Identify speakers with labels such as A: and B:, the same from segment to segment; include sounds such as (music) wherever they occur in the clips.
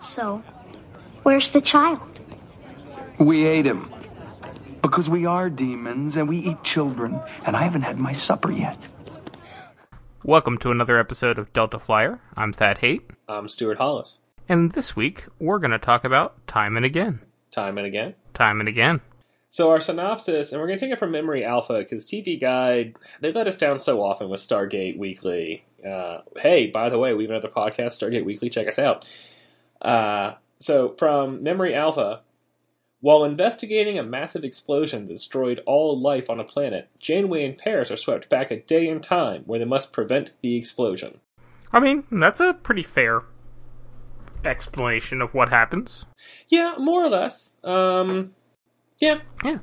A: So, where's the child?
B: We ate him. Because we are demons and we eat children, and I haven't had my supper yet.
C: Welcome to another episode of Delta Flyer. I'm Thad Haight,
D: I'm um, Stuart Hollis.
C: and this week we're going to talk about Time and Again.
D: Time and again.
C: Time and Again.
D: So our synopsis, and we're going to take it from memory alpha because TV Guide they let us down so often with Stargate Weekly. Uh, hey, by the way, we have another podcast, Stargate Weekly. Check us out. Uh, so from memory alpha, while investigating a massive explosion that destroyed all life on a planet, Janeway and Paris are swept back a day in time where they must prevent the explosion.
C: I mean, that's a pretty fair explanation of what happens.
D: Yeah, more or less. Um, yeah,
C: Yeah.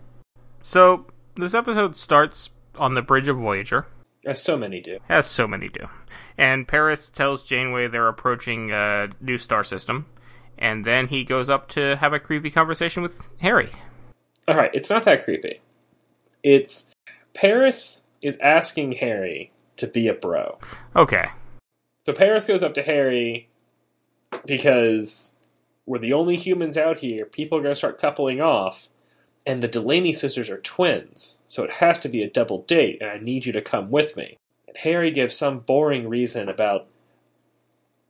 C: So, this episode starts on the bridge of Voyager,
D: as so many do.
C: as so many do. And Paris tells Janeway they're approaching a new star system, and then he goes up to have a creepy conversation with Harry.
D: All right, it's not that creepy. It's Paris is asking Harry to be a bro.
C: Okay.
D: So Paris goes up to Harry because we're the only humans out here. People are going to start coupling off, and the Delaney sisters are twins, so it has to be a double date, and I need you to come with me. And Harry gives some boring reason about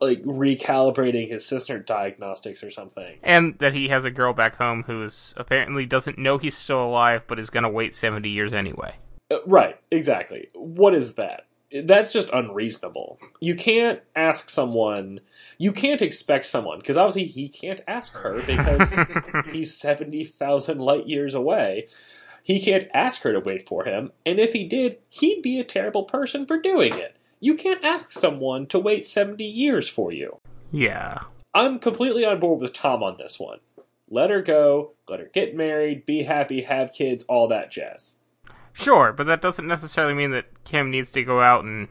D: like recalibrating his sister diagnostics or something.
C: and that he has a girl back home who is apparently doesn't know he's still alive but is going to wait 70 years anyway
D: Uh, Right, exactly. What is that? That's just unreasonable. You can't ask someone, you can't expect someone, because obviously he can't ask her because he's 70,000 light years away. He can't ask her to wait for him, and if he did, he'd be a terrible person for doing it. You can't ask someone to wait 70 years for you.
C: yeah
D: I'm completely on board with Tom on this one. Let her go, let her get married, be happy, have kids, all that jazz.
C: sure but that doesn't necessarily mean that kim needs to go out and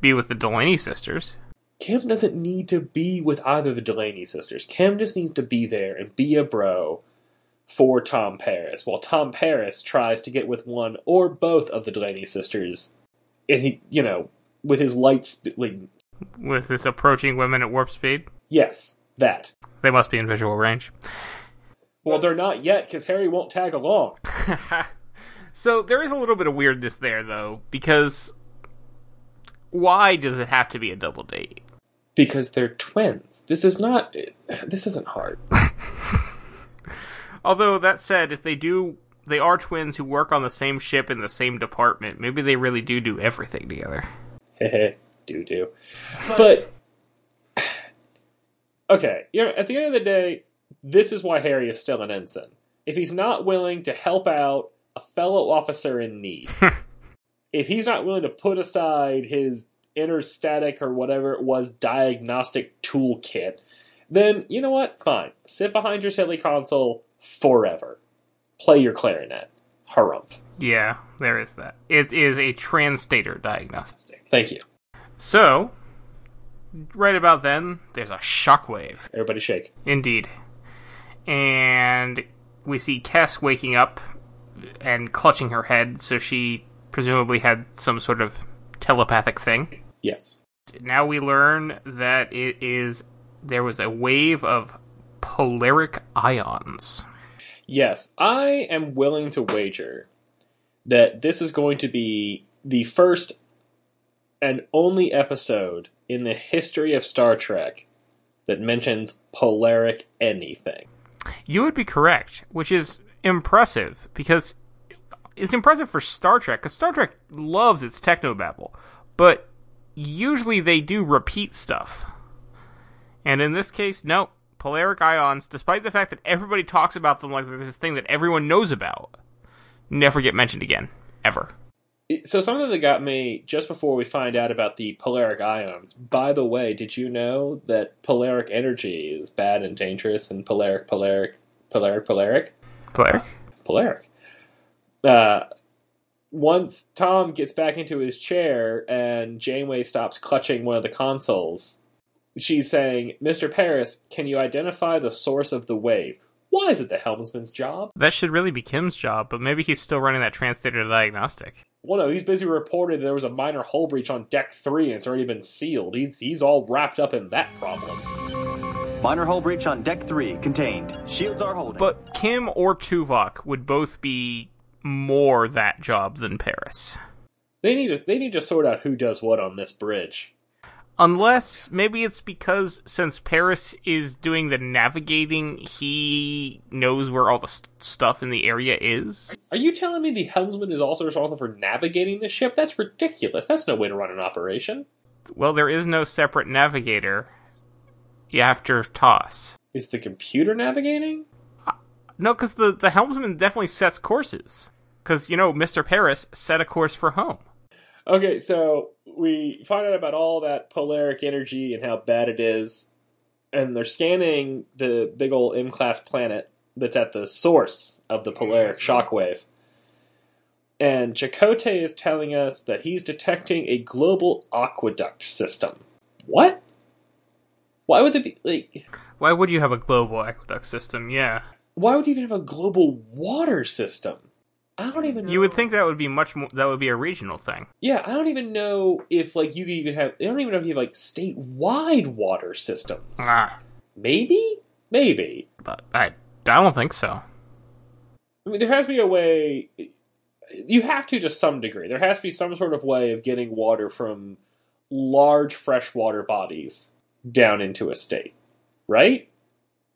C: be with the delaney sisters
D: Kim doesn't need to be with either of the Delaney sisters. Kim just needs to be there and be a bro for Tom Paris, while Tom Paris tries to get with one or both of the Delaney sisters, and he, you know, with his light, sp- like,
C: with this approaching women at warp speed
D: yes, that.
C: they must be in visual range
D: Well, they're not yet because Harry won't tag along.
C: so there is a little bit of weirdness there though because why does it have to be a double date
D: because they're twins. This is not. This isn't hard.
C: Although that said, if they do, they are twins who work on the same ship in the same department. Maybe they really do do everything together.
D: (laughs) do do. But (sighs) okay, you know, at the end of the day, this is why Harry is still an ensign. If he's not willing to help out a fellow officer in need, if he's not willing to put aside his inner static or whatever it was diagnostic toolkit, then you know what? Fine, sit behind your silly console forever. Play your clarinet. Harumph.
C: Yeah, there is that. It is a translator diagnostic.
D: Thank you.
C: So, right about then, there's a shockwave.
D: Everybody shake.
C: Indeed. And we see Cass waking up and clutching her head, so she presumably had some sort of telepathic thing.
D: Yes.
C: now we learn that it is there was a wave of polaric ions.
D: Yes, I am willing to wager that this is going to be the first and only episode in the history of Star Trek that mentions polaric anything.
C: You would be correct, which is impressive because it's impressive for Star Trek because Star Trek loves its technobabble, but usually they do repeat stuff. And in this case, no. Polaric ions, despite the fact that everybody talks about them like they're this thing that everyone knows about, never get mentioned again. Ever.
D: It- So something that got me just before we find out about the polaric ions. By the way, did you know that polaric energy is bad and dangerous and polaric polaric polaric polaric?
C: Polaric?
D: Polaric. Uh, once Tom gets back into his chair and Janeway stops clutching one of the consoles, she's saying, Mr. Paris, can you identify the source of the wave? Why is it the helmsman's job?
C: That should really be Kim's job, but maybe he's still running that translator diagnostic.
D: Well, no, he's busy reporting there was a minor hull breach on deck three and it's already been sealed. He's, he's all wrapped up in that problem.
E: Minor hull breach on deck three contained. Shields are holding.
C: But Kim or Tuvok would both be more that job than Paris.
D: They need to they need to sort out who does what on this bridge.
C: Unless maybe it's because since Paris is doing the navigating, he knows where all the st- stuff in the area is.
D: Are you telling me the helmsman is also responsible for navigating the ship? That's ridiculous. That's no way to run an operation.
C: Well, there is no separate navigator. You have to toss.
D: Is the computer navigating?
C: No, because the, the helmsman definitely sets courses. Because, you know, Mr. Paris set a course for home.
D: Okay, so we find out about all that polaric energy and how bad it is, and they're scanning the big old M class planet that's at the source of the polaric
C: Mm-hmm.
D: shockwave. And Chakotay is telling us that he's detecting a global aqueduct system. What? Why would they be like?
C: Why would you have a global aqueduct system? Yeah.
D: Why would you even have a global water system? I don't even. Know.
C: You would think that would be much more, that would be a regional thing.
D: Yeah, I don't even know if like you could even have. I don't even know if you have like statewide water systems.
C: Ah,
D: Maybe, maybe.
C: but I, I don't think so.
D: I mean, there has to be a way. You have to, to some degree. There has to be some sort of way of getting water from large freshwater bodies down into a state, right?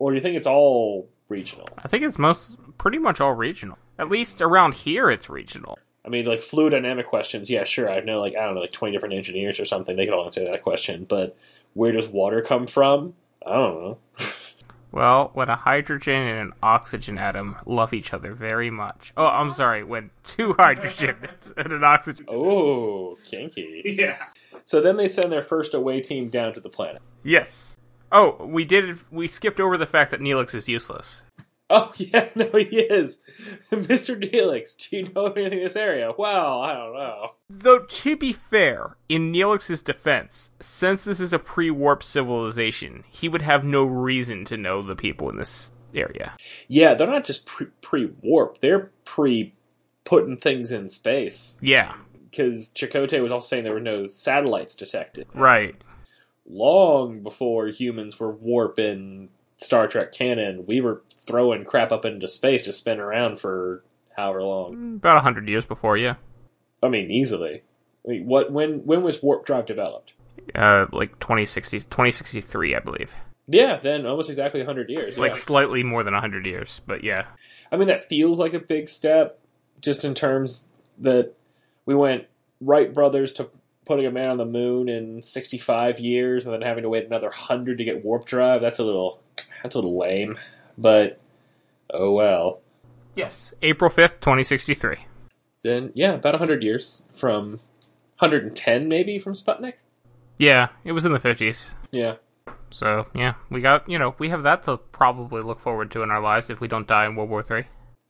D: Or do you think it's all regional?
C: I think it's most pretty much all regional. At least around here, it's regional.
D: I mean, like fluid dynamic questions. Yeah, sure. I know, like I don't know, like twenty different engineers or something. They could all answer that question. But where does water come from? I don't know.
C: Well, when a hydrogen and an oxygen atom love each other very much. Oh, I'm sorry, when two (laughs) hydrogens and an oxygen.
D: Oh, kinky. Yeah. So then they send their first away team down to the planet.
C: Yes. Oh, we did. We skipped over the fact that Neelix is useless.
D: Oh (laughs) yeah, no, he is. (laughs) Mr. Neelix, do you know anything in this area? Well, I don't know.
C: Though to be fair, in Neelix's defense, since this is a pre-warp civilization, he would have no reason to know the people in this area.
D: Yeah, they're not just pre warp; they're pre putting things in space.
C: Yeah.
D: Because Chakotay was also saying there were no satellites detected
C: Right.
D: long before humans were warping Star Trek canon. We were throwing crap up into space to spin around for however long.
C: About a hundred years before, yeah.
D: I mean, easily. I mean, what when when was warp drive developed?
C: Uh, like 2060, 2063, I believe.
D: Yeah, then almost exactly 100 years.
C: Like
D: yeah.
C: slightly more than a hundred years, but yeah.
D: I mean, that feels like a big step, just in terms that we went Wright brothers to putting a man on the moon in 65 years, and then having to wait another 100 to get warp drive. That's a little that's a little lame, but oh well.
C: Yes. April fifth, twenty sixty three.
D: Then yeah, about 100 years from 110 maybe from Sputnik.
C: Yeah, it was in the fifties.
D: Yeah.
C: So yeah, we got you know we have that to probably look forward to in our lives if we don't die in World War Three.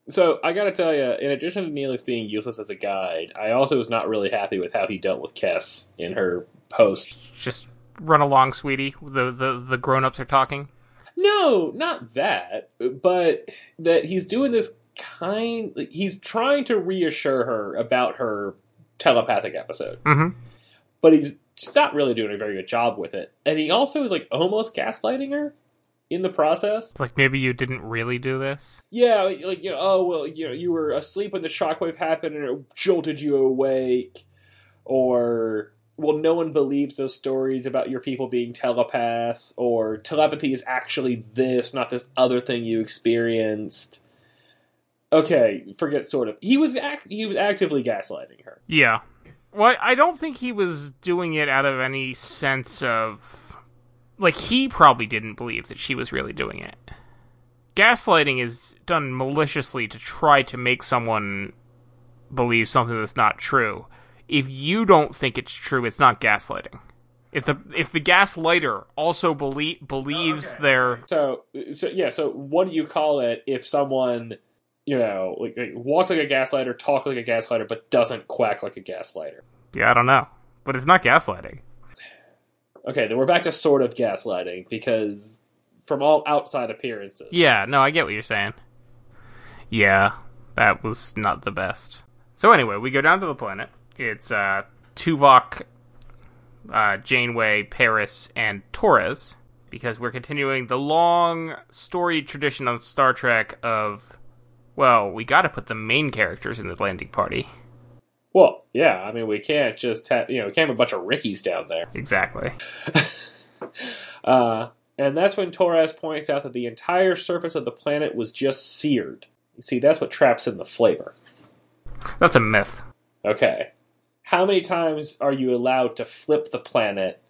D: So I gotta tell you, in addition to Neelix being useless as a guide, I also was not really happy with how he dealt with Kess in her post.
C: Just run along, sweetie. The the the grown ups are talking.
D: No, not that, but that he's doing this kind. like, He's trying to reassure her about her telepathic episode,
C: Mhm.
D: but he's just not really doing a very good job with it. And he also is like almost gaslighting her in the process.
C: It's like maybe you didn't really do this.
D: Yeah, like you know, oh well, you know, you were asleep when the shockwave happened and it jolted you awake, or well, no one believes those stories about your people being telepaths, or telepathy is actually this, not this other thing you experienced. Okay, forget sort of. He was act- he was actively gaslighting her.
C: Yeah. Well, I don't think he was doing it out of any sense of like he probably didn't believe that she was really doing it. Gaslighting is done maliciously to try to make someone believe something that's not true. If you don't think it's true, it's not gaslighting. If the if the gaslighter also belie- believes their
D: So, so yeah. So, what do you call it if someone, you know, like, like walks like a gaslighter, talks like a gaslighter, but doesn't quack like a gaslighter?
C: yeah, I don't know, but it's not gaslighting.
D: Okay, then we're back to sort of gaslighting because from all outside appearances.
C: Yeah, no, I get what you're saying. Yeah, that was not the best. So anyway, we go down to the planet. It's uh Tuvok, uh, Janeway, Paris, and Torres, because we're continuing the long story tradition on Star Trek of, well, we got to put the main characters in the landing party.
D: Well, yeah, I mean, we can't just have, you know, we can't have a bunch of Rickies down there.
C: Exactly.
D: Uh, and that's when Torres points out that the entire surface of the planet was just seared. You see, that's what traps in the flavor.
C: That's a myth.
D: Okay. How many times are you allowed to flip the planet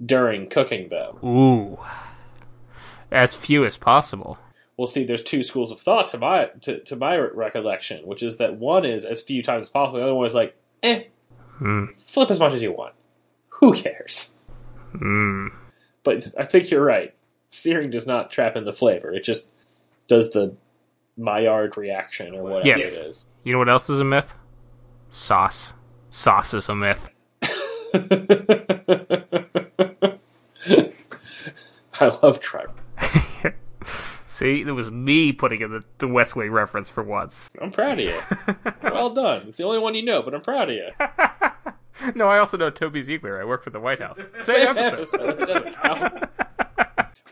D: during cooking, though?
C: Ooh. As few as possible.
D: Well, see, there's two schools of thought to my to, to my recollection, which is that one is as few times as possible. The other one is like, eh, flip as much as you want. Who cares? But I think you're right. Searing does not trap in the flavor. It just does the Maillard reaction or whatever
C: Yes.
D: it is.
C: You know what else is a myth? Sauce. Sauce is a myth.
D: I love tripe.
C: See, it was me putting in the, the West Wing reference for once.
D: I'm proud of you. well done. It's the only one you know, but I'm proud of you.
C: No, I also know Toby Ziegler. I work for the White (laughs) House. Same episode.
D: (laughs) episode. It doesn't (laughs) count.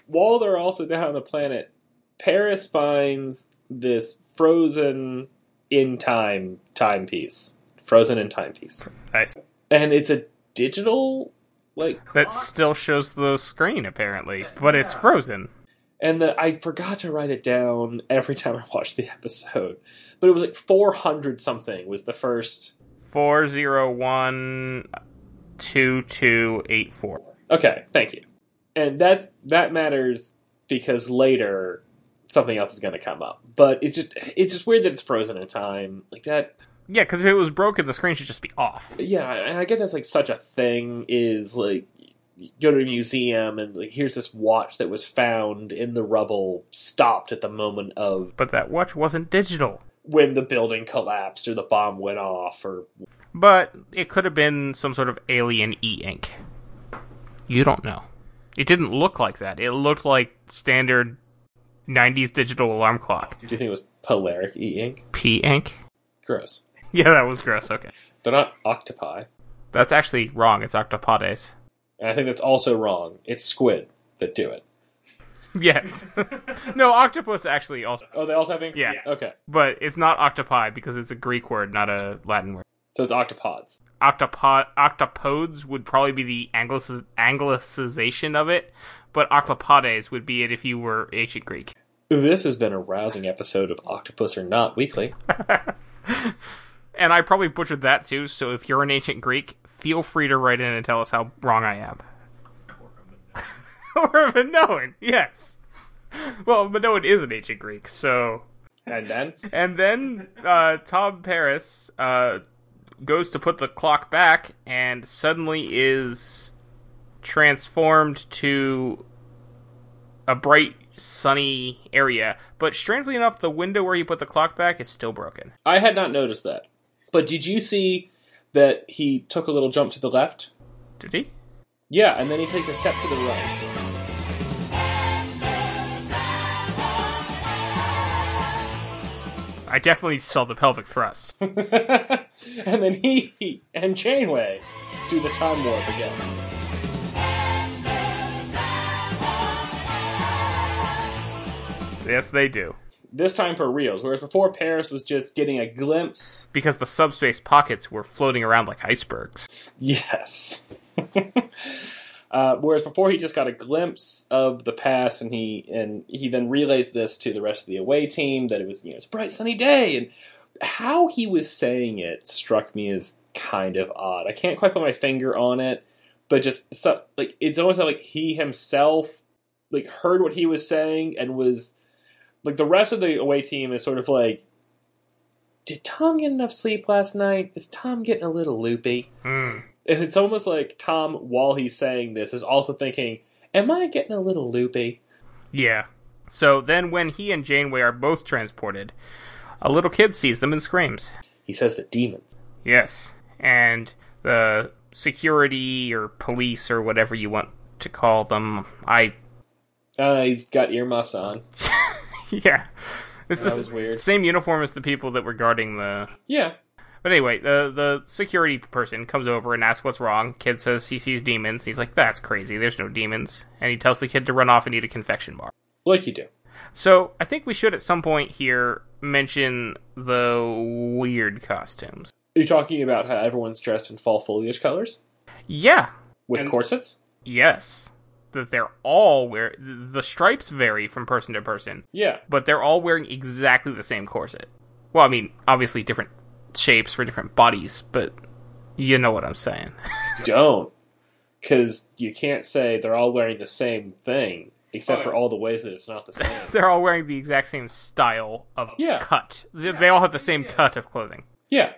D: While they're also down on the planet, Paris finds this frozen in time timepiece. Frozen in timepiece.
C: Nice.
D: And it's a digital like
C: That still shows the screen, apparently, but it's frozen.
D: and the, I forgot to write it down every time I watched the episode. But it was like four hundred something was the first
C: 4012284.
D: Okay, thank you. And that's that matters because later something else is going to come up. But it's just it's just weird that it's frozen in time like that.
C: Yeah, because if it was broken, the screen should just be off.
D: Yeah, and I get that's like such a thing is like you go to a museum and like here's this watch that was found in the rubble, stopped at the moment of
C: But that watch wasn't digital.
D: when the building collapsed or the bomb went off or
C: But it could have been some sort of alien e ink. You don't know. It didn't look like that. It looked like standard 90s digital alarm clock.
D: do you think it was polaric e ink?
C: P ink? (laughs)
D: Gross.
C: Yeah, that was gross. Okay.
D: They're not octopi.
C: That's actually wrong. It's octopodes.
D: And I think that's also wrong. It's squid that do it.
C: (laughs) Yes. (laughs) no, octopus actually also.
D: Oh, they also have ink?
C: Yeah.
D: Okay.
C: But it's not octopi because it's a Greek word, not a Latin word.
D: So it's octopods.
C: Octopod, octopodes would probably be the Anglic- anglicization of it, but octopodes would be it if you were ancient Greek.
D: This has been a rousing episode of Octopus or Not Weekly.
C: And I probably butchered that too, so if you're an ancient Greek, feel free to write in and tell us how wrong I am. (laughs) or a Minoan, yes. Well, Minoan is an ancient Greek, so
D: And then
C: And then uh, Tom Paris uh, goes to put the clock back and suddenly is transformed to a bright, sunny area. But strangely enough, the window where you put the clock back is still broken.
D: I had not noticed that. But did you see that he took a little jump to the left?
C: Did he?
D: Yeah, and then he takes a step to the right.
C: I definitely saw the pelvic (laughs) thrust.
D: (laughs) And then he (laughs) and Janeway do the time warp again.
C: yes, they do.
D: This time for reals, whereas before Paris was just getting a glimpse.
C: Because the subspace pockets were floating around like icebergs.
D: Yes. (laughs) uh, whereas before he just got a glimpse of the past, and he and he then relays this to the rest of the away team that it was you know it's a bright sunny day, and how he was saying it struck me as kind of odd. I can't quite put my finger on it, but just so, like it's almost like he himself like heard what he was saying and was like the rest of the away team is sort of like. Did Tom get enough sleep last night? Is Tom getting a little loopy? And it's almost like Tom, while he's saying this, is also thinking, Am I getting a little loopy?
C: Yeah. So then when he and Janeway are both transported, a little kid sees them and screams.
D: He says the demons.
C: Yes. And the security or police or whatever you want to call them. I (laughs)
D: Uh, he's got earmuffs on.
C: yeah. It's
D: was
C: the
D: weird.
C: same uniform as the people that were guarding the
D: Yeah.
C: But anyway, the the security person comes over and asks what's wrong. Kid says he sees demons. He's like, "That's crazy. There's no demons." And he tells the kid to run off and eat a confection bar.
D: Like you do.
C: So I think we should at some point here mention the weird costumes.
D: Are you talking about how everyone's dressed in fall foliage colors
C: Yeah.
D: with
C: And-
D: corsets?
C: Yes. That they're all wear the stripes vary from person to person,
D: Yeah.
C: but they're all wearing exactly the same corset. Well, I mean, obviously different shapes for different bodies, but you know what I'm saying.
D: Don't. Because you can't say they're all wearing the same thing, except for all the ways that it's not the same.
C: (laughs) they're all wearing the exact same style of
D: Yeah.
C: cut. They, they all have the same cut of clothing.
D: yeah.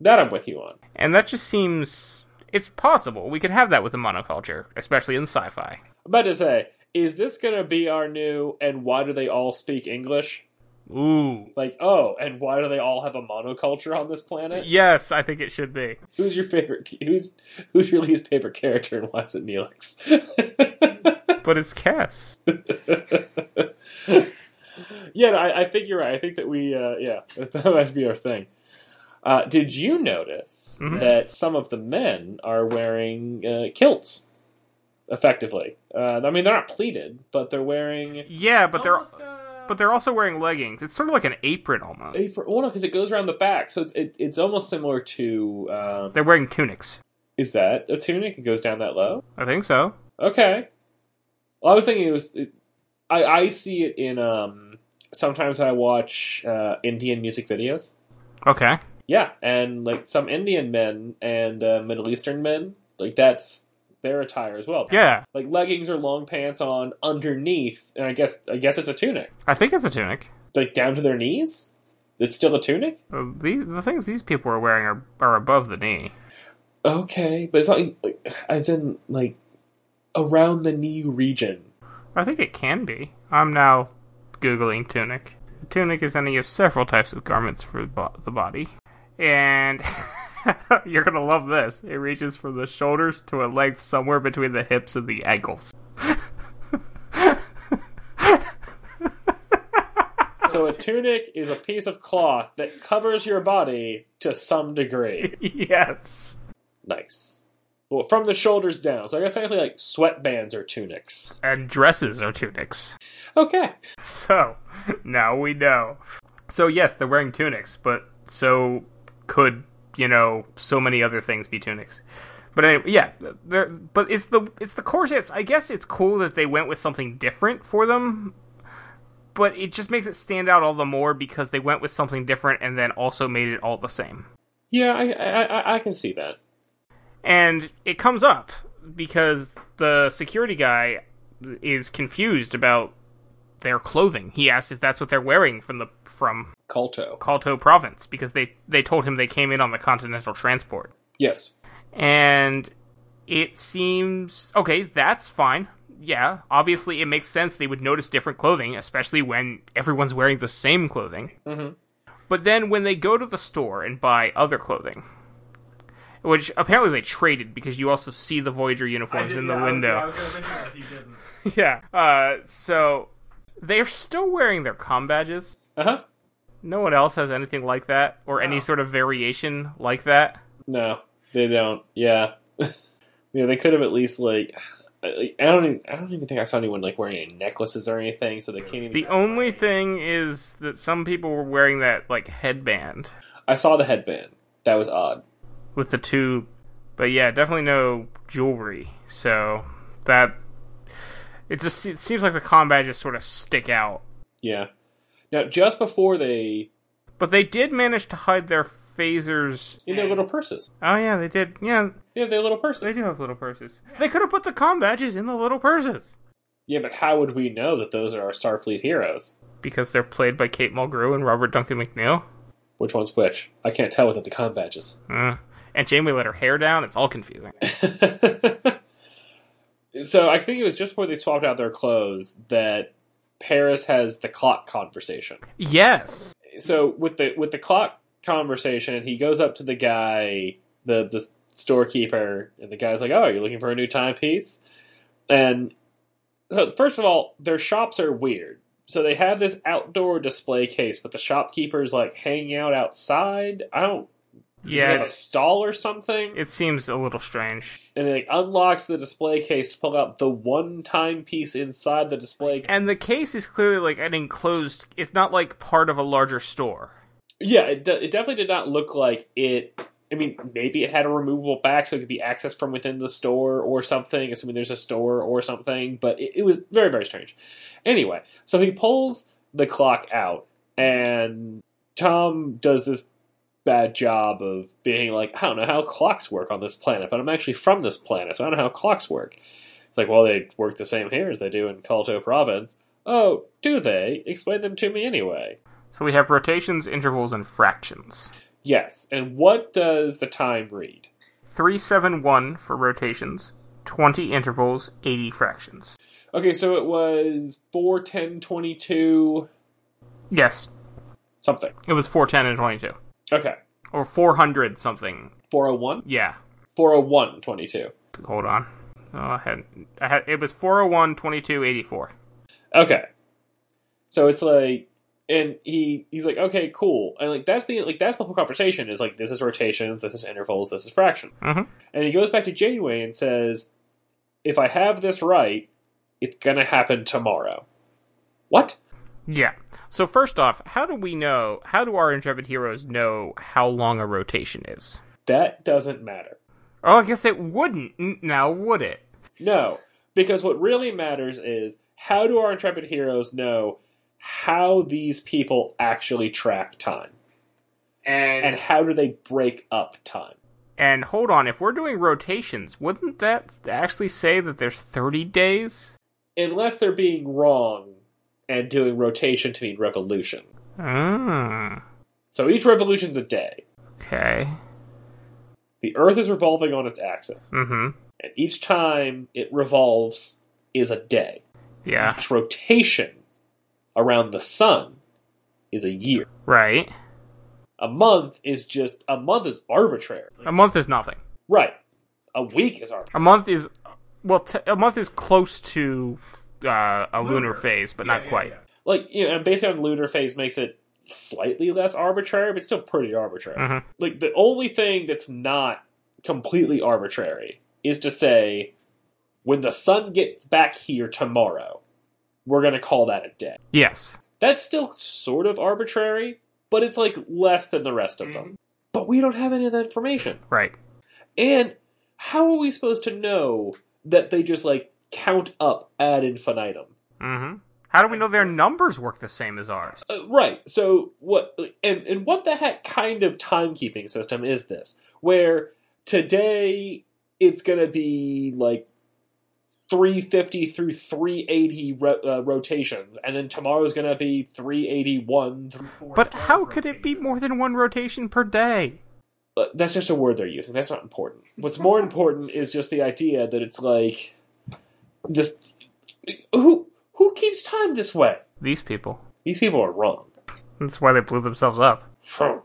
D: That I'm with you on.
C: And that just seems it's possible. We could have that with a monoculture, especially in sci-fi.
D: I'm about to say, is this going to be our new, and why do they all speak English?
C: Ooh.
D: Like, oh, and why do they all have a monoculture on this planet?
C: Yes, I think it should be.
D: Who's your favorite? Who's who's your least favorite character, and why is it Neelix? (laughs)
C: But it's Cass.
D: yeah, no, I, I think you're right. I think that we, uh, yeah, (laughs) that might be our thing. Uh, did you notice
C: Mhm.
D: that some of the men are wearing uh, kilts? Effectively, uh, I mean they're not pleated, but they're wearing
C: Yeah, but they're but they're also wearing leggings. It's sort of like an apron almost.
D: apron. Well, no, because it goes around the back, so it's it, it's almost similar to um,
C: They're wearing tunics.
D: is that a tunic? It goes down that low.
C: I think so.
D: Okay. Well, I was thinking it was. It, I I see it in um. Sometimes I watch uh, Indian music videos.
C: Okay.
D: Yeah, and like some Indian men and uh, Middle Eastern men, like that's their attire as well.
C: Yeah,
D: Like leggings or long pants on underneath, and I guess I guess it's a tunic,
C: I think it's a tunic.
D: like down to their knees. It's still a tunic.
C: Uh, These, the things these people are wearing are, are above the knee.
D: Okay, but it's not like as in like around the knee region.
C: I think it can be. I'm now googling tunic. A tunic is any of several types of garments for bo- the body, and (laughs) you're gonna love this. It reaches from the shoulders to a length somewhere between the hips and the ankles. (laughs)
D: So a tunic is a piece of cloth that covers your body to some degree.
C: yes.
D: Nice. Well, from the shoulders down. So I guess technically, like sweatbands or tunics.
C: And dresses are tunics.
D: Okay.
C: So now we know. So yes, they're wearing tunics, but so could you know so many other things be tunics. But anyway, yeah, they're, but it's the it's the corsets. I guess it's cool that they went with something different for them, but it just makes it stand out all the more because they went with something different and then also made it all the same.
D: Yeah, I I, I, I can see that.
C: and it comes up because the security guy is confused about their clothing. He asks if that's what they're wearing from the from
D: Colto.
C: Kalto province because they they told him they came in on the continental transport.
D: Yes.
C: And it seems okay, that's fine. Yeah, obviously it makes sense they would notice different clothing, especially when everyone's wearing the same clothing.
D: Mhm.
C: But then when they go to the store and buy other clothing, which apparently they traded because you also see the Voyager uniforms in the window. (laughs) yeah. Uh, so they're still wearing their com badges.
D: Uh huh.
C: No one else has anything like that or any sort of variation like that.
D: No, they don't. Yeah. (laughs) yeah, they could have at least like. I I don't. Even, I don't even think I saw anyone like wearing any necklaces or anything. So they can't even.
C: The only thing is that some people were wearing that like headband
D: I saw the headband. That was odd.
C: with the two, but yeah, definitely no jewelry. So that it just it seems like the com badges sort of stick out.
D: Yeah. Now, just before they
C: But they did manage to hide their phasers.
D: in their little purses.
C: Oh yeah, they did. Yeah,
D: Yeah, their little purses.
C: they do have little purses. They could have put the com badges in the little purses
D: Yeah, but how would we know that those are our Starfleet heroes?
C: because they're played by Kate Mulgrew and Robert Duncan McNeil.
D: Which one's which? I can't tell without the com badges. (laughs)
C: Uh, and Jamie let her hair down. It's all confusing.
D: so I think it was just before they swapped out their clothes that Paris has the clock conversation.
C: yes.
D: So with the with the clock conversation, he goes up to the guy, the the storekeeper, and the guy's like, "Oh, you're looking for a new timepiece?" And so first of all, their shops are weird. So they have this outdoor display case, but the shopkeeper's like hanging out outside. I don't Does it
C: Yeah,
D: have a stall or something?
C: it seems a little strange.
D: and it like, unlocks the display case to pull out the one time piece inside the display. ca-
C: And the case is clearly like an enclosed. It's not like part of a larger store.
D: Yeah, it, de- it definitely did not look like it. I mean, maybe it had a removable back so it could be accessed from within the store or something, assuming there's a store or something, but it, it was very, very strange. Anyway, so he pulls the clock out, and Tom does this bad job of being like, I don't know how clocks work on this planet, but I'm actually from this planet, so I don't know how clocks work. It's like, well, they work the same here as they do in Kalto Province. Oh, do they? Explain them to me anyway.
C: So we have rotations, intervals, and fractions.
D: Yes, and what does the time read?
C: 371 for rotations, 20 intervals, 80 fractions.
D: Okay, so it was 4, 10, 22,
C: Yes,
D: something.
C: it was 410 and 22.
D: Okay,
C: Or 400 something.
D: 401?
C: Yeah.
D: 401, 22.
C: Hold on. Oh, I had, I had, it was 401, 22, 84.
D: Okay. So it's like and he he's like, okay, cool. And like that's the like that's the whole conversation is like this is rotations, this is intervals, this is fraction.
C: Mhm.
D: And he goes back to Janeway and says, If I have this right, it's gonna happen tomorrow. What?
C: Yeah. So first off, how do we know, how do our intrepid heroes know how long a rotation is?
D: That doesn't matter.
C: Oh, I guess it wouldn't n- now, would it?
D: No. Because what really matters is how do our intrepid heroes know how these people actually track time? And how do they break up time?
C: And hold on, if we're doing rotations, wouldn't that actually say that there's 30 days?
D: unless they're being wrong and doing rotation to mean revolution.
C: Ah,
D: So each revolution's a day.
C: okay.
D: The Earth is revolving on its axis,
C: Mm-hmm.
D: and each time it revolves is a day.
C: Yeah.
D: Each rotation around the sun is a year.
C: Right.
D: A month is just a month is arbitrary.
C: A month is nothing.
D: Right. A week is arbitrary.
C: A month is well, t- a month is close to uh, a lunar phase, but not quite.
D: Like you know, and based on lunar phase makes it slightly less arbitrary, but still pretty arbitrary.
C: Mhm.
D: like the only thing that's not completely arbitrary is to say when the sun gets back here tomorrow we're going to call that a day
C: Yes.
D: that's still sort of arbitrary but it's like less than the rest of them but we don't have any of that information
C: Right.
D: and how are we supposed to know that they just like count up ad infinitum
C: Mm-hmm. How do we know their numbers work the same as ours?
D: Uh, right. So what and and what the heck kind of timekeeping system is this? Where today it's going to be like 350 through 380 ro- uh, rotations and then tomorrow's going to be 381 through
C: But how could it be more than one rotation per day?
D: uh, that's just a word they're using. That's not important. What's more important is just the idea that it's like this who who keeps time this way?
C: These people.
D: These people are wrong.
C: That's why they blew themselves up.
D: We're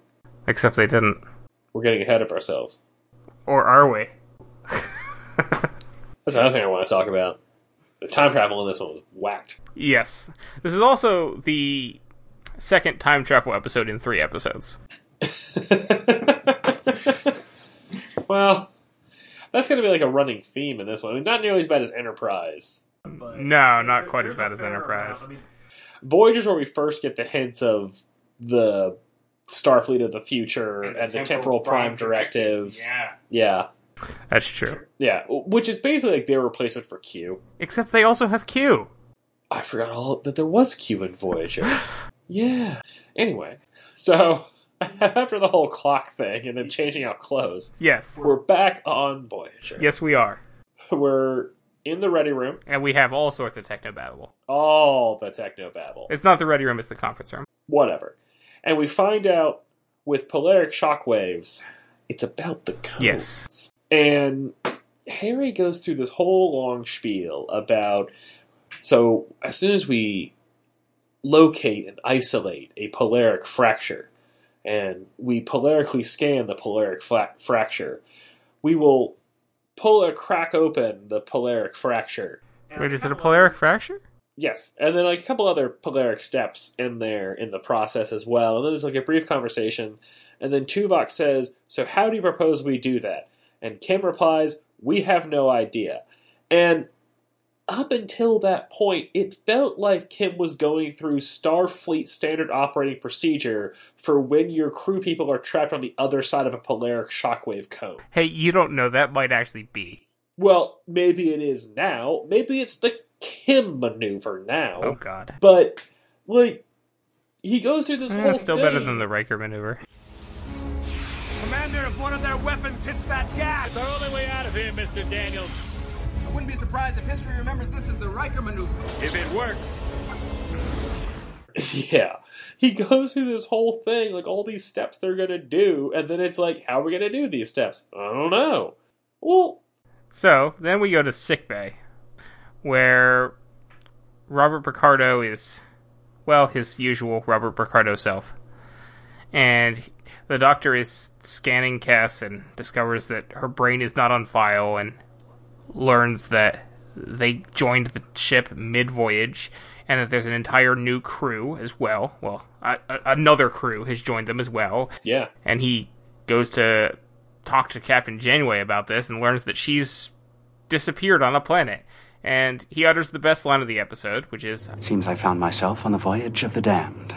C: Except they didn't.
D: getting ahead of ourselves.
C: Or are we?
D: That's another thing I want to talk about. The time travel in this one was whacked. (laughs)
C: Yes. This is also the second time travel episode in three episodes.
D: well, that's going to be like a running theme in this one. I mean, not nearly as bad as Enterprise.
C: No, not quite as bad as Enterprise.
D: Voyager's where we first get the hints of the Starfleet of the future and, the temporal, prime directive. Yeah.
C: That's true.
D: Yeah. Which is basically like their replacement for Q.
C: Except they also have Q.
D: I forgot all that there was Q in (laughs) Voyager. yeah. Anyway, so (laughs) after the whole clock thing and them changing out clothes,
C: Yes.
D: We're back on Voyager.
C: Yes, we are.
D: We're in the ready room.
C: And we have all sorts of techno babble.
D: All the techno babble.
C: It's not the ready room, it's the conference room.
D: Whatever. And we find out with Polaric Shockwaves, it's about the codes.
C: Yes.
D: And Harry goes through this whole long spiel about so as soon as we locate and isolate a polaric fracture, and we polarically scan the polaric fra- fracture, we will pull a crack open the polaric fracture
C: Wait, is it a polaric fracture?
D: Yes, and then like a couple other polaric steps in there in the process as well. And then there's like a brief conversation, And then Tuvok says, So how do you propose we do that? And Kim replies, We have no idea. And up until that point, it felt like Kim was going through Starfleet standard operating procedure for when your crew people are trapped on the other side of a polaric shockwave cone.
C: Hey, you don't know. That might actually be.
D: Well, maybe it is now. Maybe it's the Kim maneuver now.
C: Oh, God.
D: But like he goes through this
C: Eh,
D: whole
C: it's still
D: thing.
C: better than the Riker maneuver.
F: Commander, if one of their weapons hits that gas. It's our only way out of here, Mr. Daniels.
G: I wouldn't be surprised if history remembers this as the Riker maneuver.
F: If it works.
D: (laughs) yeah. He goes through this whole thing, like all these steps they're gonna do, and then it's like, how are we gonna do these steps? I don't know. Well,
C: So then we go to sick bay, where Robert Picardo is, well, his usual Robert Picardo self, and the doctor is scanning Cass and discovers that her brain is not on file and learns that they joined the ship mid voyage and that there's an entire new crew as well. Well, a- a- another crew has joined them as well
D: yeah.
C: and he goes to talk to Captain Janeway about this and learns that she's disappeared on a planet. And he utters the best line of the episode, which is,
B: It seems I found myself on the voyage of the damned.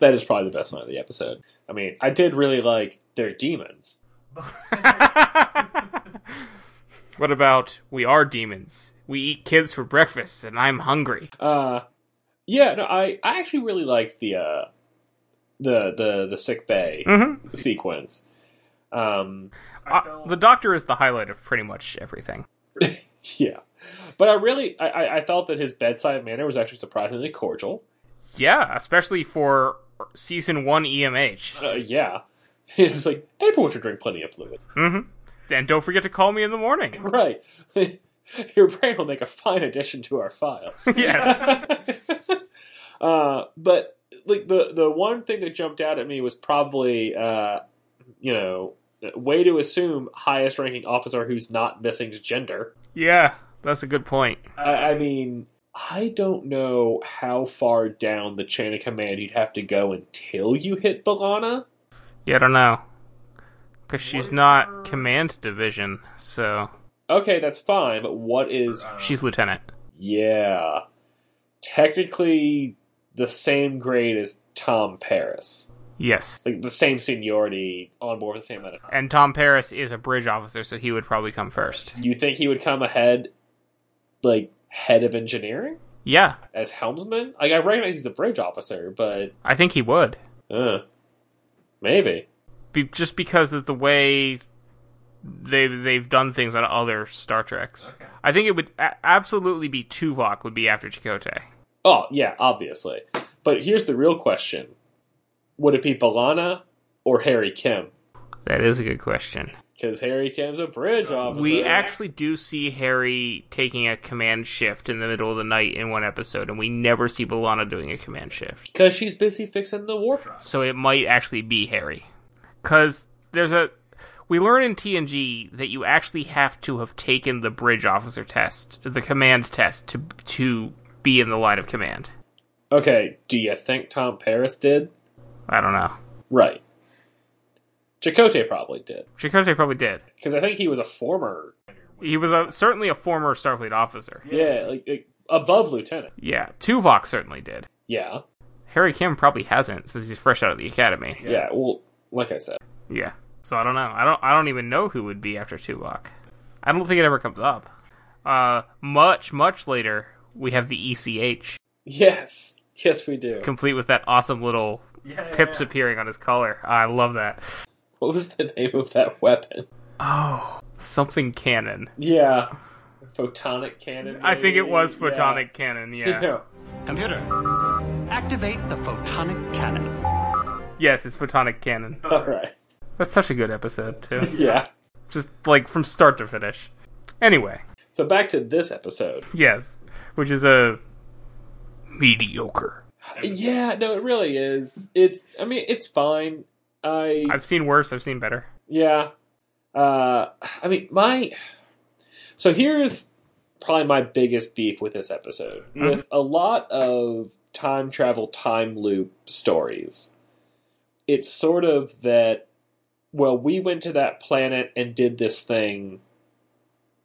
D: That is probably the best line of the episode. I mean, I did really like their demons.
C: "What about we are demons? We eat kids for breakfast, and I'm hungry."
D: Uh yeah, no, I, I actually really liked the uh the the the sick bay sequence. Um
C: Uh, the doctor is the highlight of pretty much everything.
D: yeah. But I really I, I, I felt that his bedside manner was actually surprisingly cordial.
C: Yeah, especially for season one E EMH.
D: Uh, yeah. (laughs) It was like, everyone should drink plenty of fluids.
C: And don't forget to call me in the morning.
D: Right. (laughs) Your brain will make a fine addition to our files.
C: Yes.
D: (laughs) uh, but like the the one thing that jumped out at me was probably uh, you know way to assume highest ranking officer who's not missing's gender.
C: yeah, that's a good point.
D: I, I mean, I don't know how far down the chain of command you'd have to go until you hit Balana.
C: Yeah, I don't know. Because she's not command division, so.
D: Okay, that's fine, but what is
C: She's lieutenant.
D: Yeah. Technically the same grade as Tom Paris.
C: Yes.
D: Like the same seniority on board with the same amount of time.
C: And Tom Paris is a bridge officer, so he would probably come first.
D: You think he would come ahead like head of engineering
C: Yeah,
D: as helmsman? Like I recognize he's a bridge officer, but
C: I think he would.
D: uh, maybe.
C: Be- just because of the way they they've done things on other Star Treks. I think it would a- absolutely be Tuvok would be after Chakotay.
D: Oh, yeah, obviously. But here's the real question. Would it be Balana or Harry Kim?
C: That is a good question.
D: Because Harry Kim's a bridge officer.
C: Uh, We actually do see Harry taking a command shift in the middle of the night in one episode, and we never see Balana doing a command shift.
D: because she's busy fixing the warp drive.
C: so it might actually be Harry. Because there's a. We learn in TNG that you actually have to have taken the bridge officer test, the command test, to to be in the line of command.
D: Okay, do you think Tom Paris did?
C: I don't know.
D: Right. Chakotay probably did
C: Chakotay probably did.
D: because I think he was a former,
C: He was a, certainly a former Starfleet officer.
D: yeah, like, like above lieutenant.
C: Yeah, Tuvok certainly did.
D: Yeah,
C: Harry Kim probably hasn't since he's fresh out of the academy.
D: yeah. Well, like I said,
C: Yeah. So I don't know. I don't. I don't even know who would be after Tuvok. I don't think it ever comes up. Uh, much much later, we have the E ECH.
D: yes, yes, we do.
C: complete with that awesome little pips appearing on his collar. I love that.
D: What was the name of that weapon?
C: Oh, something cannon.
D: Yeah, photonic cannon.
C: I think it was
D: maybe?
C: photonic cannon.
D: Yeah.
C: Yeah.
D: (laughs) Yeah.
E: Computer, activate the photonic cannon.
C: Yes, it's photonic cannon.
D: All right.
C: That's such a good episode too.
D: Yeah.
C: Just like from start to finish. Anyway,
D: So back to this episode.
C: yes, which is a mediocre.
D: Yeah, no, it really is. It's. I mean, it's fine. I.
C: I've seen worse. I've seen better.
D: Yeah. Uh, I mean, my. So here's probably my biggest beef with this episode. With a lot of time travel, time loop stories, it's sort of that well we went to that planet and did this thing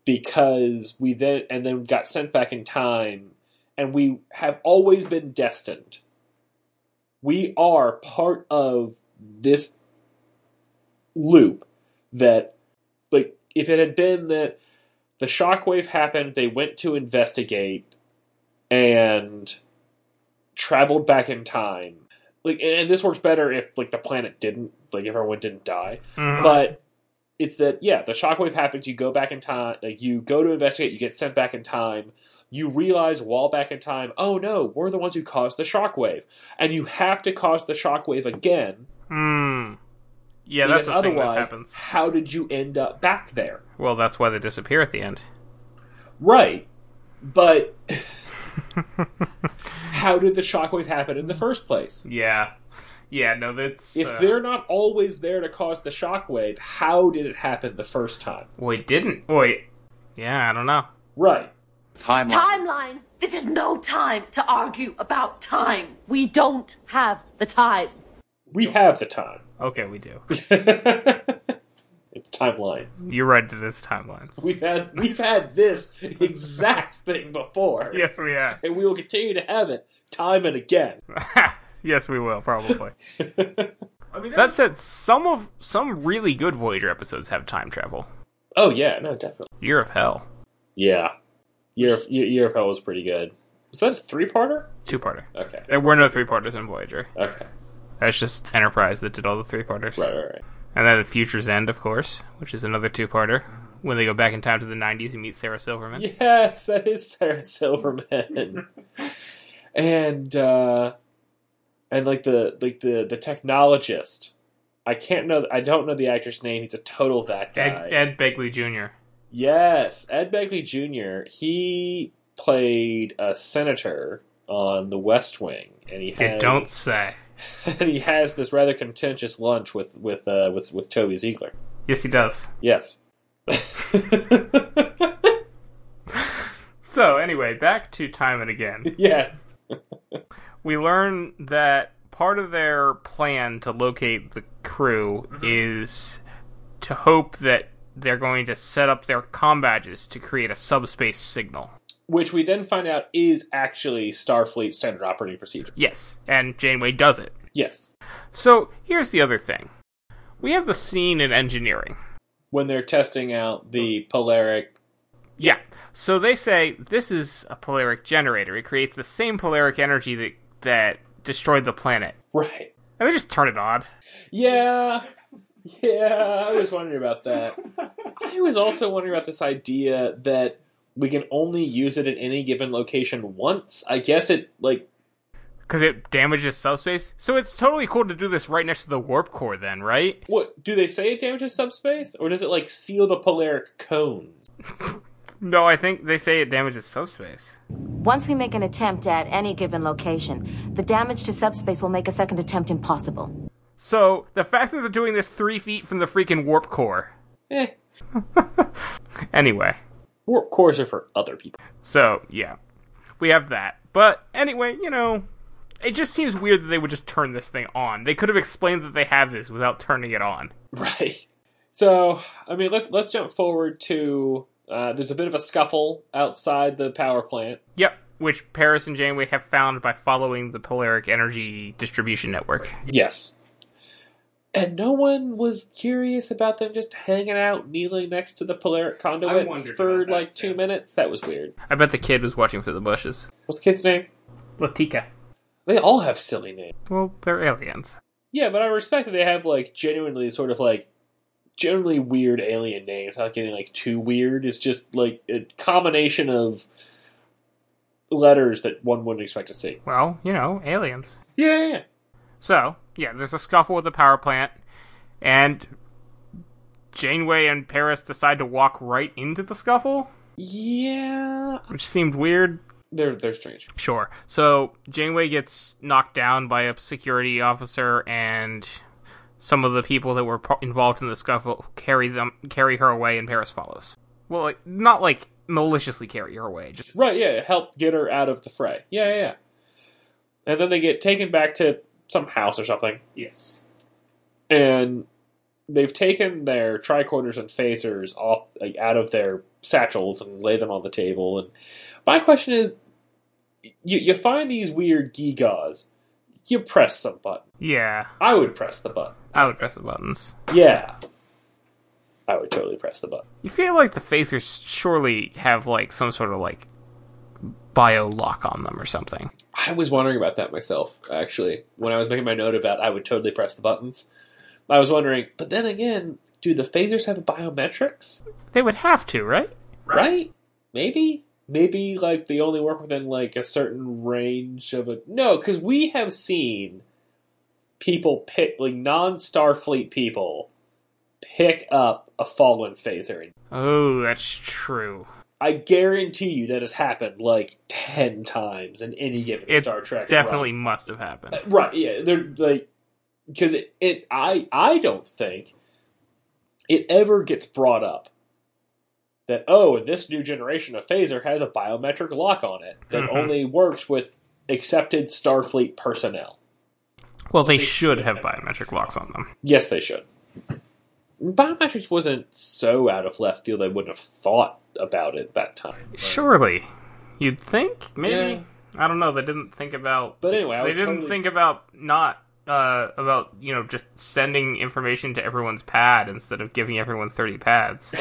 D: because we then and then got sent back in time and we have always been destined we are part of this loop that like if it had been that the shockwave happened they went to investigate and traveled back in time like and and this works better if like the planet didn't like if everyone didn't die but it's that yeah the shockwave happens you go back in time like you go to investigate you get sent back in time you realize while back in time oh no we're the ones who caused the shockwave and you have to cause the shockwave again
C: Hmm. Yeah,
D: because
C: that's a thing that
D: otherwise
C: happens.
D: how did you end up back there
C: Well, that's why they disappear at the end.
D: right
C: (laughs)
D: but how did the shockwave happen in the first place
C: Yeah. Yeah, no, that's.
D: if
C: uh,
D: they're not always there to cause the shockwave, how did it happen the first time?
C: Well, it didn't. Wait. Yeah, I don't know.
D: Right.
B: Timeline.
H: Timeline. This is no time to argue about time. We don't have the time.
D: We have the time.
C: Okay, we do.
D: It's timelines.
C: You're right, it is
D: (laughs)
C: timelines.
D: We've had we've had this exact thing before.
C: yes, we have.
D: And we will continue to have it time and again.
C: (laughs)
D: (laughs)
C: yes, we will probably. I mean, that said, some of some really good Voyager episodes have time travel.
D: Oh yeah, no, definitely.
C: Year of Hell,
D: Yeah. Year of, Year Year of Hell was pretty good. Was that a three parter?
C: two parter.
D: Okay.
C: There were no three parters in Voyager.
D: Okay.
C: That's just Enterprise that did all the three parters.
D: Right, right, right.
C: And then The Future's End, of course, which is another two parter. When they go back in time to the 90s and meet Sarah Silverman.
D: (laughs) Yes, that is Sarah (laughs) Silverman. and uh and like the like the the technologist. I can't know I don't know the actor's name. He's a total that guy.
C: Ed, Ed Begley Jr.
D: Yes, Ed Begley Jr. He played a senator on The West Wing, and he
C: You
D: has (laughs)
C: don't say.
D: and he has this rather contentious lunch with with uh, with with Toby Ziegler.
C: Yes, he does.
D: Yes. (laughs)
C: So, anyway, back to Time and Again.
D: yes.
C: we learn that part of their plan to locate the crew is to hope that they're going to set up their comm badges to create a subspace signal.
D: Which we then find out is actually Starfleet standard operating procedure.
C: Yes, and Janeway does it.
D: Yes.
C: So here's the other thing. We have the scene in engineering.
D: When they're testing out the polaric
C: Yeah. So they say this is a polaric generator. It creates the same polaric energy that that destroyed the planet.
D: Right.
C: And they just turn it on.
D: Yeah. Yeah, I was wondering about that. I was also wondering about this idea that we can only use it in any given location once. I guess it like
C: Because it damages subspace. So it's totally cool to do this right next to the warp core, then, right?
D: what do they say it damages subspace or does it like seal the polaric cones?
C: No, I think they say it damages subspace.
H: Once we make an attempt at any given location, the damage to subspace will make a second attempt impossible.
C: So the fact that they're doing this three feet from the freaking warp core.
D: Eh,
C: Anyway,
D: warp cores are for other people.
C: so yeah, we have that. But anyway, you know, it just seems weird that they would just turn this thing on. They could have explained that they have this without turning it on.
D: Right. So, I mean, let's let's jump forward to uh, there's a bit of a scuffle outside the power plant.
C: Yep, which Paris and Janeway have found by following the polaric energy distribution network.
D: Yes. And no one was curious about them just hanging out, kneeling next to the polaric conduits
C: wondered
D: for
C: about that,
D: like two
C: too.
D: minutes. That was weird.
C: I bet the kid was watching through the bushes.
D: What's the kid's name?
C: Latika.
D: They all have silly names.
C: Well, they're aliens.
D: Yeah, but I respect that they have like genuinely sort of like generally weird alien names. Not getting like too weird. It's just like a combination of letters that one wouldn't expect to see.
C: Well, you know, aliens.
D: Yeah, yeah, yeah.
C: So, yeah, there's a scuffle with the power plant, and Janeway and Paris decide to walk right into the scuffle,
D: Yeah,
C: which seemed weird.
D: they're they're strange.
C: Sure. So, Janeway gets knocked down by a security officer, and some of the people that were par- involved in the scuffle carry them carry her away, and Paris follows. Well, like, not like maliciously carry her away. Just
D: Right, yeah, help get her out of the fray. Yeah, yeah, yeah. And then they get taken back to some house or something.
C: yes.
D: and they've taken their tricorders and phasers off like, out of their satchels and lay them on the table. And my question is, you you find these weird gigas, you press some button.
C: Yeah,
D: I would press the button.
C: I would press the buttons.
D: Yeah, I would totally press the button.
C: You feel like the phasers surely have like some sort of like bio lock on them or something.
D: I was wondering about that myself, actually, when I was making my note about I would totally press the buttons. I was wondering, but then again, do the phasers have biometrics?
C: They would have to, right?
D: Right? Maybe? Maybe, like, they only work within, like, a certain range of a. No, because we have seen people pick, like, non Starfleet people pick up a fallen phaser.
C: Oh, that's true.
D: I guarantee you that has happened, like, 10 times in any given
C: It
D: Star Trek. run.
C: definitely must have happened.
D: Right. Yeah. They're like because it, it. I I don't think it ever gets brought up that oh this new generation of phaser has a biometric lock on it that only works with accepted Starfleet personnel.
C: Well, they should have biometric locks on them.
D: Yes, they should. Biometrics wasn't so out of left field. I wouldn't have thought about it that time.
C: Surely, you'd think maybe.
D: Yeah.
C: I don't know. They didn't think about.
D: But anyway, I
C: they
D: would
C: didn't
D: totally-
C: think about not uh, about you know just sending information to everyone's pad instead of giving everyone thirty
D: (laughs)
C: pads.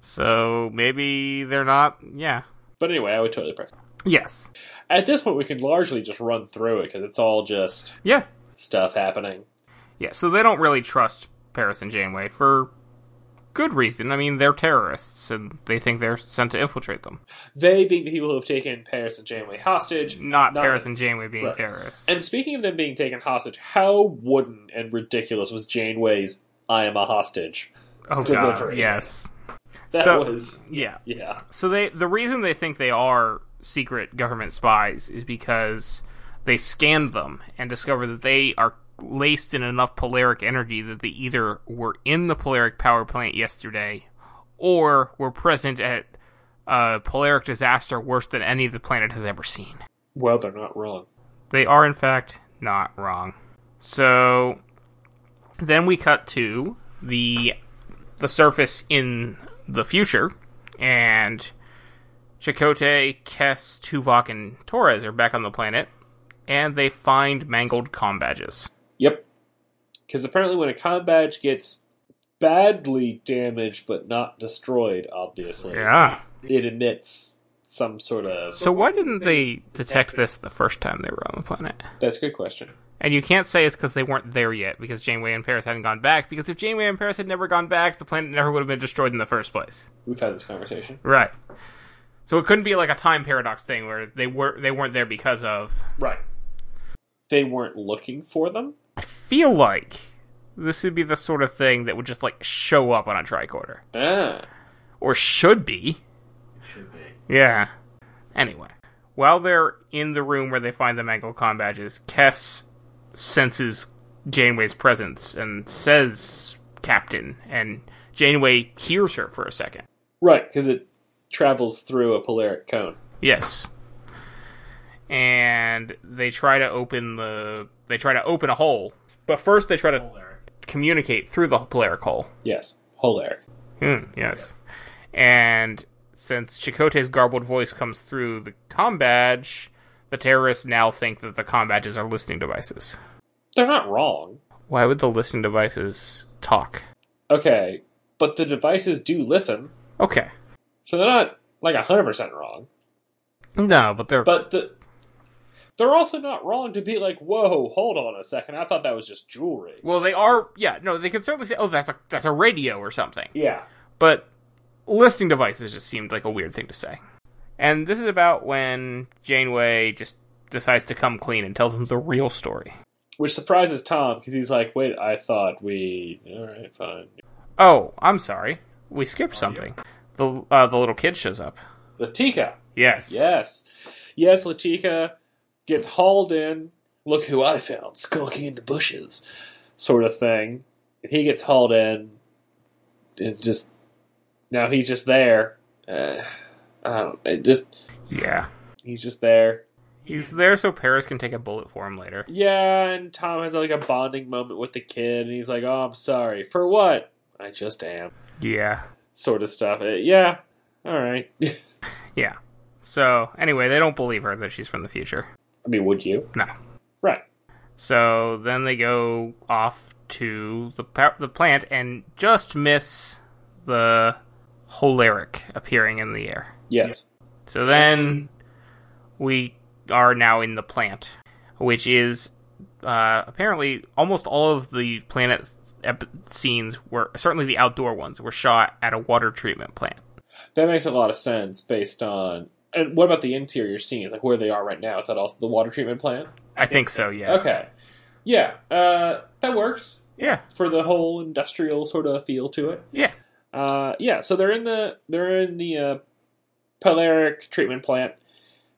C: so maybe they're not. Yeah.
D: But anyway, I would totally press.
C: Yes.
D: At this point, we can largely just run through it because it's all just
C: Yeah.
D: stuff happening.
C: Yeah. So they don't really trust Paris and Janeway for good reason. I mean, they're terrorists, and they think they're sent to infiltrate them.
D: They being the people who have taken Paris and Janeway hostage.
C: Not, Paris and Janeway being
D: Right.
C: terrorists.
D: And speaking of them being taken hostage, how wooden and ridiculous was Janeway's "I am a hostage"?
C: Oh god,
D: delivery.
C: yes.
D: That
C: so,
D: was
C: yeah.
D: yeah,
C: So they the reason they think they are secret government spies is because they scanned them and discovered that they are laced in enough polaric energy that they either were in the polaric power plant yesterday or were present at a polaric disaster worse than any the planet has ever seen.
D: Well, they're not wrong.
C: They are, in fact, not wrong. So then we cut to the the surface in the future, and Chakotay, Kess, Tuvok, and Torres are back on the planet, and they find mangled com badges.
D: Yep. Because apparently, when a com badge gets badly damaged but not destroyed, obviously,
C: Yeah.
D: it emits some sort of.
C: So why didn't they detect this the first time they were on the planet?
D: That's a good question.
C: And you can't say it's because they weren't there yet, because Janeway and Paris hadn't gone back. Because if Janeway and Paris had never gone back, the planet never would have been destroyed in the first place.
D: We've had this conversation,
C: Right. So it couldn't be like a time paradox thing where they were they weren't there because of.
D: right? They weren't looking for them.
C: I feel like this would be the sort of thing that would just like show up on a tricorder,
D: Ah,
C: or should be. Should be. Yeah. Anyway, while they're in the room where they find the mangled com badges, Kess senses Janeway's presence and says "Captain," and Janeway hears her for a second.
D: right, because it travels through a polaric cone.
C: Yes. And they try to open the they try to open a hole. But first they try to communicate through the polaric hole.
D: Yes, polaric.
C: Hmm, yes. And since Chakotay's garbled voice comes through the com badge, the terrorists now think that the com badges are listening devices.
D: They're not wrong.
C: Why would the listening devices talk?
D: Okay, but the devices do listen,
C: Okay.
D: so they're not like hundred percent wrong.
C: No, but they're
D: But the they're also not wrong to be like, whoa, hold on a second. I thought that was just jewelry.
C: well, they are. Yeah, no, they can certainly say, "Oh, that's a that's a radio or something."
D: Yeah.
C: but listening devices just seemed like a weird thing to say. And this is about when Janeway just decides to come clean and tell them the real story.
D: Which surprises Tom because he's like, wait, I thought we. All right, fine.
C: Oh, I'm sorry, we skipped something. The uh, the little kid shows up.
D: Latika.
C: Yes.
D: Yes. Yes, Latika gets hauled in. Look who I found skulking in the bushes, sort of thing. And he gets hauled in. And just. Now he's just there. Uh, I don't. It just.
C: Yeah.
D: He's just there.
C: He's there so Paris can take a bullet for him later.
D: Yeah, and Tom has like a bonding moment with the kid, and he's like, "Oh, I'm sorry for what? I just am."
C: Yeah.
D: Sort of stuff. Uh, yeah. All right. (laughs) I
C: Yeah. So, anyway, they don't believe her that she's from the future.
D: mean, would you?
C: No.
D: Right.
C: So then they go off to the pa- the plant and just miss the holeric appearing in the air.
D: Yes.
C: So then we are now in the plant, which is uh, apparently almost all of the planet ep- scenes were certainly the outdoor ones were shot at a water treatment plant.
D: That makes a lot of sense based on. And what about the interior scenes, like where they are right now? Is that also the water treatment plant?
C: I, think so. Yeah.
D: Okay. Yeah. Uh, that works
C: Yeah.
D: for the whole industrial sort of feel to it.
C: Yeah.
D: Uh, yeah, so they're in the they're in the uh, Polaric treatment plant,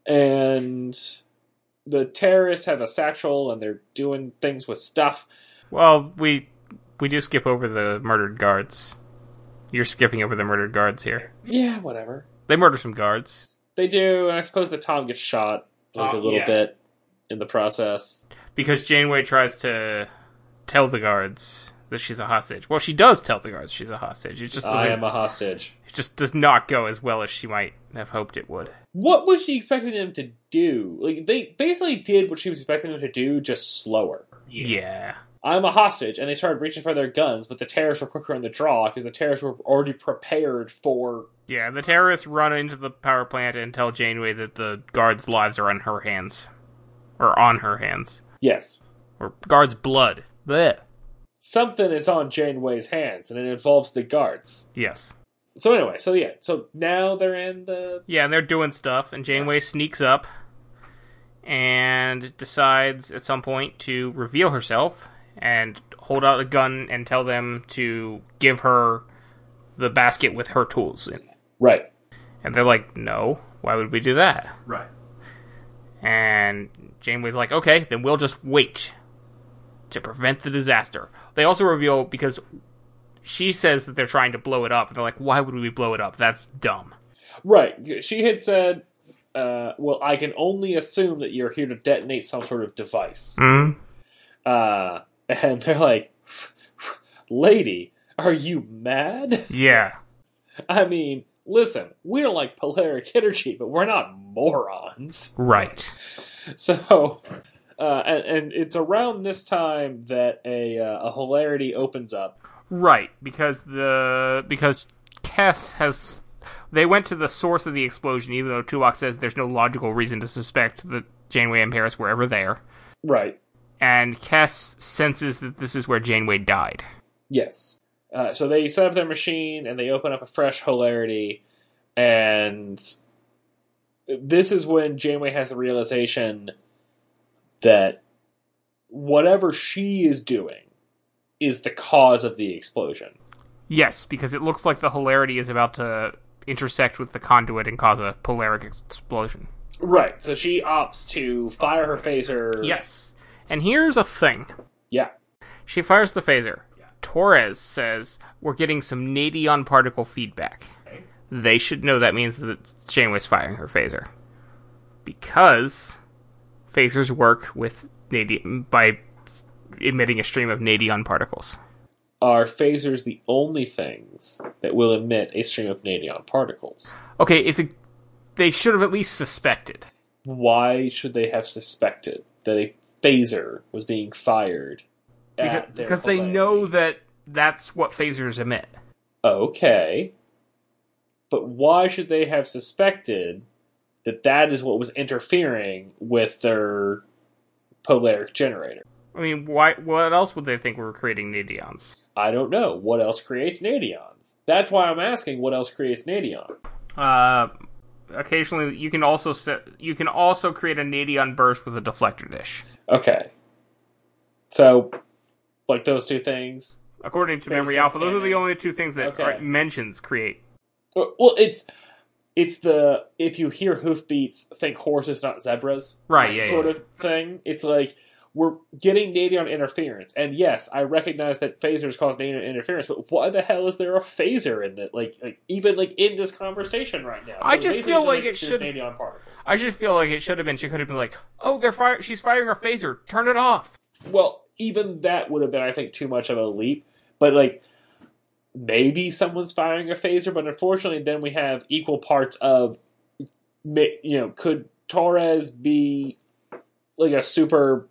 D: and the terrorists have a satchel and they're doing things with stuff.
C: Well, we we do skip over the murdered guards. You're skipping over the murdered guards here.
D: Yeah, whatever
C: They murder some guards.
D: they do, and I suppose that Tom gets shot like
C: Tom,
D: a little
C: Oh, yeah.
D: bit in the process.
C: because Janeway tries to tell the guards that she's a hostage. Well, she does tell the guards she's a hostage. It just
D: I
C: doesn't.
D: am a hostage.
C: it just does not go as well as she might have hoped it would.
D: What was she expecting them to do? Like they basically did what she was expecting them to do, just slower.
C: Yeah.
D: I'm a hostage, and they started reaching for their guns, but the terrorists were quicker on the draw because the terrorists were already prepared for
C: Yeah, the terrorists run into the power plant and tell Janeway that the guards' lives are on her hands. Or on her hands.
D: yes.
C: Or guards' blood. Blech.
D: something is on Janeway's hands, and it involves the guards.
C: Yes.
D: So anyway, so yeah, so now they're in the
C: Yeah, and they're doing stuff, and Janeway sneaks up and decides at some point to reveal herself and hold out a gun and tell them to give her the basket with her tools in. it.
D: right.
C: And they're like, no, why would we do that?
E: Right.
C: And Janeway's like, okay, then we'll just wait to prevent the disaster. They also reveal because she says that they're trying to blow it up, and they're like, why would we blow it up? That's dumb.
D: Right. She had said, uh, "Well, I can only assume that you're here to detonate some sort of device."
C: Mm.
D: Uh, and they're like, "Lady, are you mad? (laughs)
C: Yeah.
D: I mean, listen, we don't like polaric (laughs) energy, but we're not morons." (laughs)
C: Right.
D: So, uh, and, and it's around this time that a uh, a hilarity opens up.
C: Right, because the because Kess has they went to the source of the explosion, even though Tuvok says there's no logical reason to suspect that Janeway and Paris were ever there.
D: Right.
C: And Kess senses that this is where Janeway died.
D: Yes. Uh, so they set up their machine and they open up a fresh hilarity, and this is when Janeway has the realization that whatever she is doing is the cause of the explosion.
C: Yes, because it looks like the hilarity is about to intersect with the conduit and cause a polaric ex- explosion.
D: Right. So she opts to fire her phaser.
C: Yes. And here's a thing.
D: Yeah.
C: She fires the phaser. Torres says, We're getting some Nadion particle feedback. They should know that means that Janeway's firing her phaser. Because phasers work with Nadion by emitting a stream of Nadion particles.
D: are phasers the only things that will emit a stream of nadion particles?
C: Okay, it's a, they should have at least suspected.
D: Why should they have suspected that a phaser was being fired?
C: Because,
D: At their
C: because they
D: plane?
C: know that that's what phasers emit.
D: Okay. But why should they have suspected that that is what was interfering with their polaric generator?
C: I mean, why? What else would they think we were creating Nadions?
D: I don't know. What else creates nadions? That's why I'm asking what else creates nadion.
C: Uh, occasionally you can also set, you can also create a Nadion burst with a deflector dish.
D: Okay. So, like those two things,
C: According to
D: Based
C: Memory
D: on
C: Alpha, those are the
D: canon.
C: only two things that
D: Okay.
C: are- mentions create.
D: Uh, Well, it's it's the if you hear hoofbeats, think horses, not zebras,
C: Right, yeah,
D: sort
C: yeah.
D: of thing. It's like we're getting Nadion interference. And yes, I recognize that phasers cause Nadion interference, but why the hell is there a phaser in that? Like, like even like in this conversation right now,
C: I
D: So
C: just
D: lasers
C: feel
D: are
C: like
D: just
C: it should-
D: Nadion particles.
C: I just feel like it should have been. She could have been like, "Oh, they're fire. She's firing her phaser. Turn it off."
D: Well, even that would have been, I think, too much of a leap. But like, maybe someone's firing a phaser. But unfortunately, then we have equal parts of, ma- you know, could Torres be like a super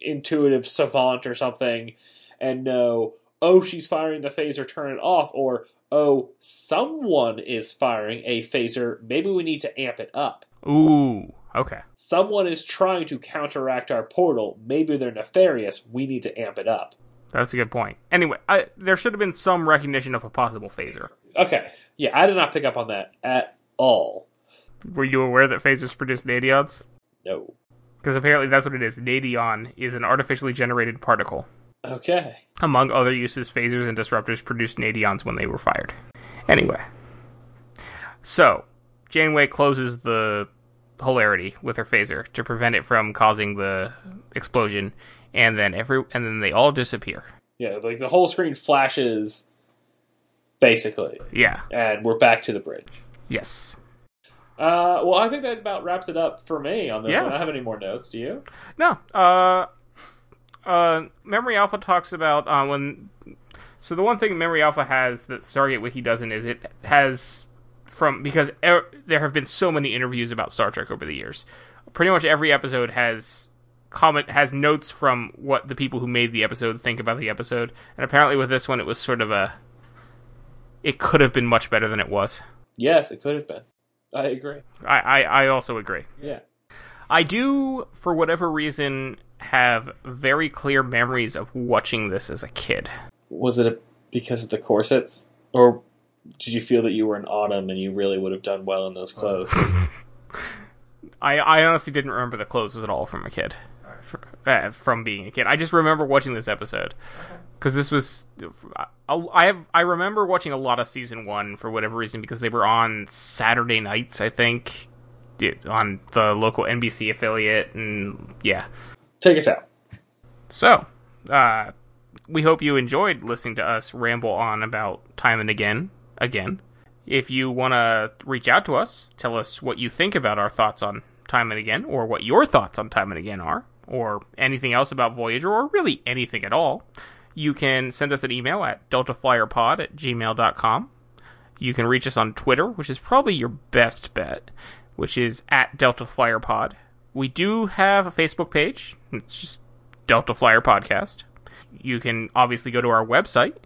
D: intuitive savant or something, and know, oh, she's firing the phaser, turn it off, or oh, someone is firing a phaser. Maybe we need to amp it up
C: Ooh. Okay.
D: someone is trying to counteract our portal. Maybe they're nefarious. We need to amp it up.
C: That's a good point. Anyway, I, there should have been some recognition of a possible phaser.
D: Okay. Yeah, I did not pick up on that at all.
C: Were you aware that phasers produce nadions?
D: No.
C: Because apparently that's what it is. Nadion is an artificially generated particle.
D: Okay.
C: Among other uses, phasers and disruptors produced nadions when they were fired. Anyway. So, Janeway closes the polarity with her phaser to prevent it from causing the explosion, and then every and then they all disappear.
D: Yeah, like the whole screen flashes, basically,
C: Yeah.
D: and we're back to the bridge.
C: Yes.
D: Uh, well, I think that about wraps it up for me on this
C: Yeah.
D: one. I don't have any more notes. Do you?
C: No. Uh, uh, Memory Alpha talks about uh, when. So the one thing Memory Alpha has that Stargate Wiki doesn't is it has from because er, there have been so many interviews about Star Trek over the years. Pretty much every episode has comment has notes from what the people who made the episode think about the episode, and apparently with this one it was sort of a. It could have been much better than it was.
D: Yes, it could have been. I agree.
C: I, I, I also agree.
D: Yeah.
C: I do, for whatever reason, have very clear memories of watching this as a kid.
D: Was it a, because of the corsets, or did you feel that you were an autumn and you really would have done well in those clothes?
C: I, I honestly didn't remember the clothes at all from a kid, Fr uh, from being a kid. I just remember watching this episode because this was. I I have I remember watching a lot of season one for whatever reason because they were on Saturday nights, I think, di- on the local NBC affiliate, and yeah.
D: Take us out.
C: So, uh, we hope you enjoyed listening to us ramble on about time and again, again. If you want to reach out to us, tell us what you think about our thoughts on time and again, or what your thoughts on time and again are, or anything else about Voyager, or really anything at all. You can send us an email at deltaflyerpod at gmail.com. You can reach us on Twitter, which is probably your best bet, which is at Delta Flyer Pod. We do have a Facebook page. It's just Delta Flyer Podcast. You can obviously go to our website,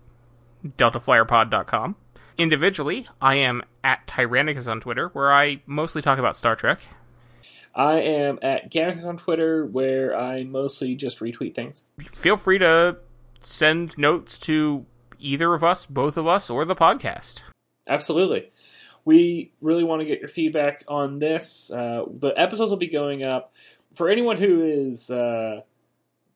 C: deltaflyerpod.com. Individually, I am at Tyrannicus on Twitter, where I mostly talk about Star Trek.
D: I am at Gamix on Twitter, where I mostly just retweet things.
C: Feel free to send notes to either of us, both of us, or the podcast.
D: Absolutely. We really want to get your feedback on this. Uh, the episodes will be going up. For anyone who is uh,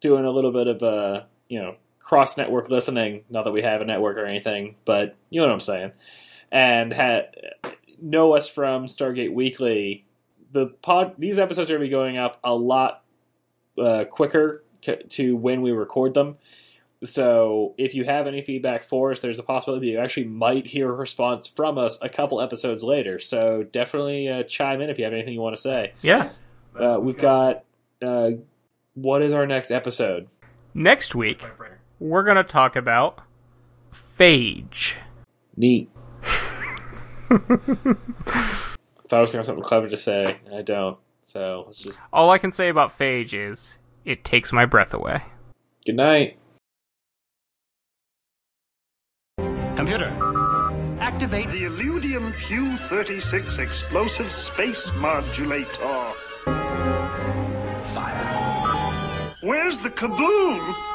D: doing a little bit of uh, you know, cross network listening, not that we have a network or anything, but you know what I'm saying, and ha- know us from Stargate Weekly, the pod these episodes are going to be going up a lot uh, quicker c- to when we record them. So if you have any feedback for us, there's a possibility you actually might hear a response from us a couple episodes later. So definitely uh, chime in if you have anything you want to say.
C: Yeah.
D: Uh, we've got uh, what is our next episode?
C: Next week, we're going to talk about phage.
D: Neat. (laughs) Thought I was gonna have something clever to say, and I don't. So it's just
C: All I can say about phage is it takes my breath away.
D: good night.
E: Computer, activate
I: The Illudium Q36 explosive space modulator.
E: fire.
I: Where's the kaboom?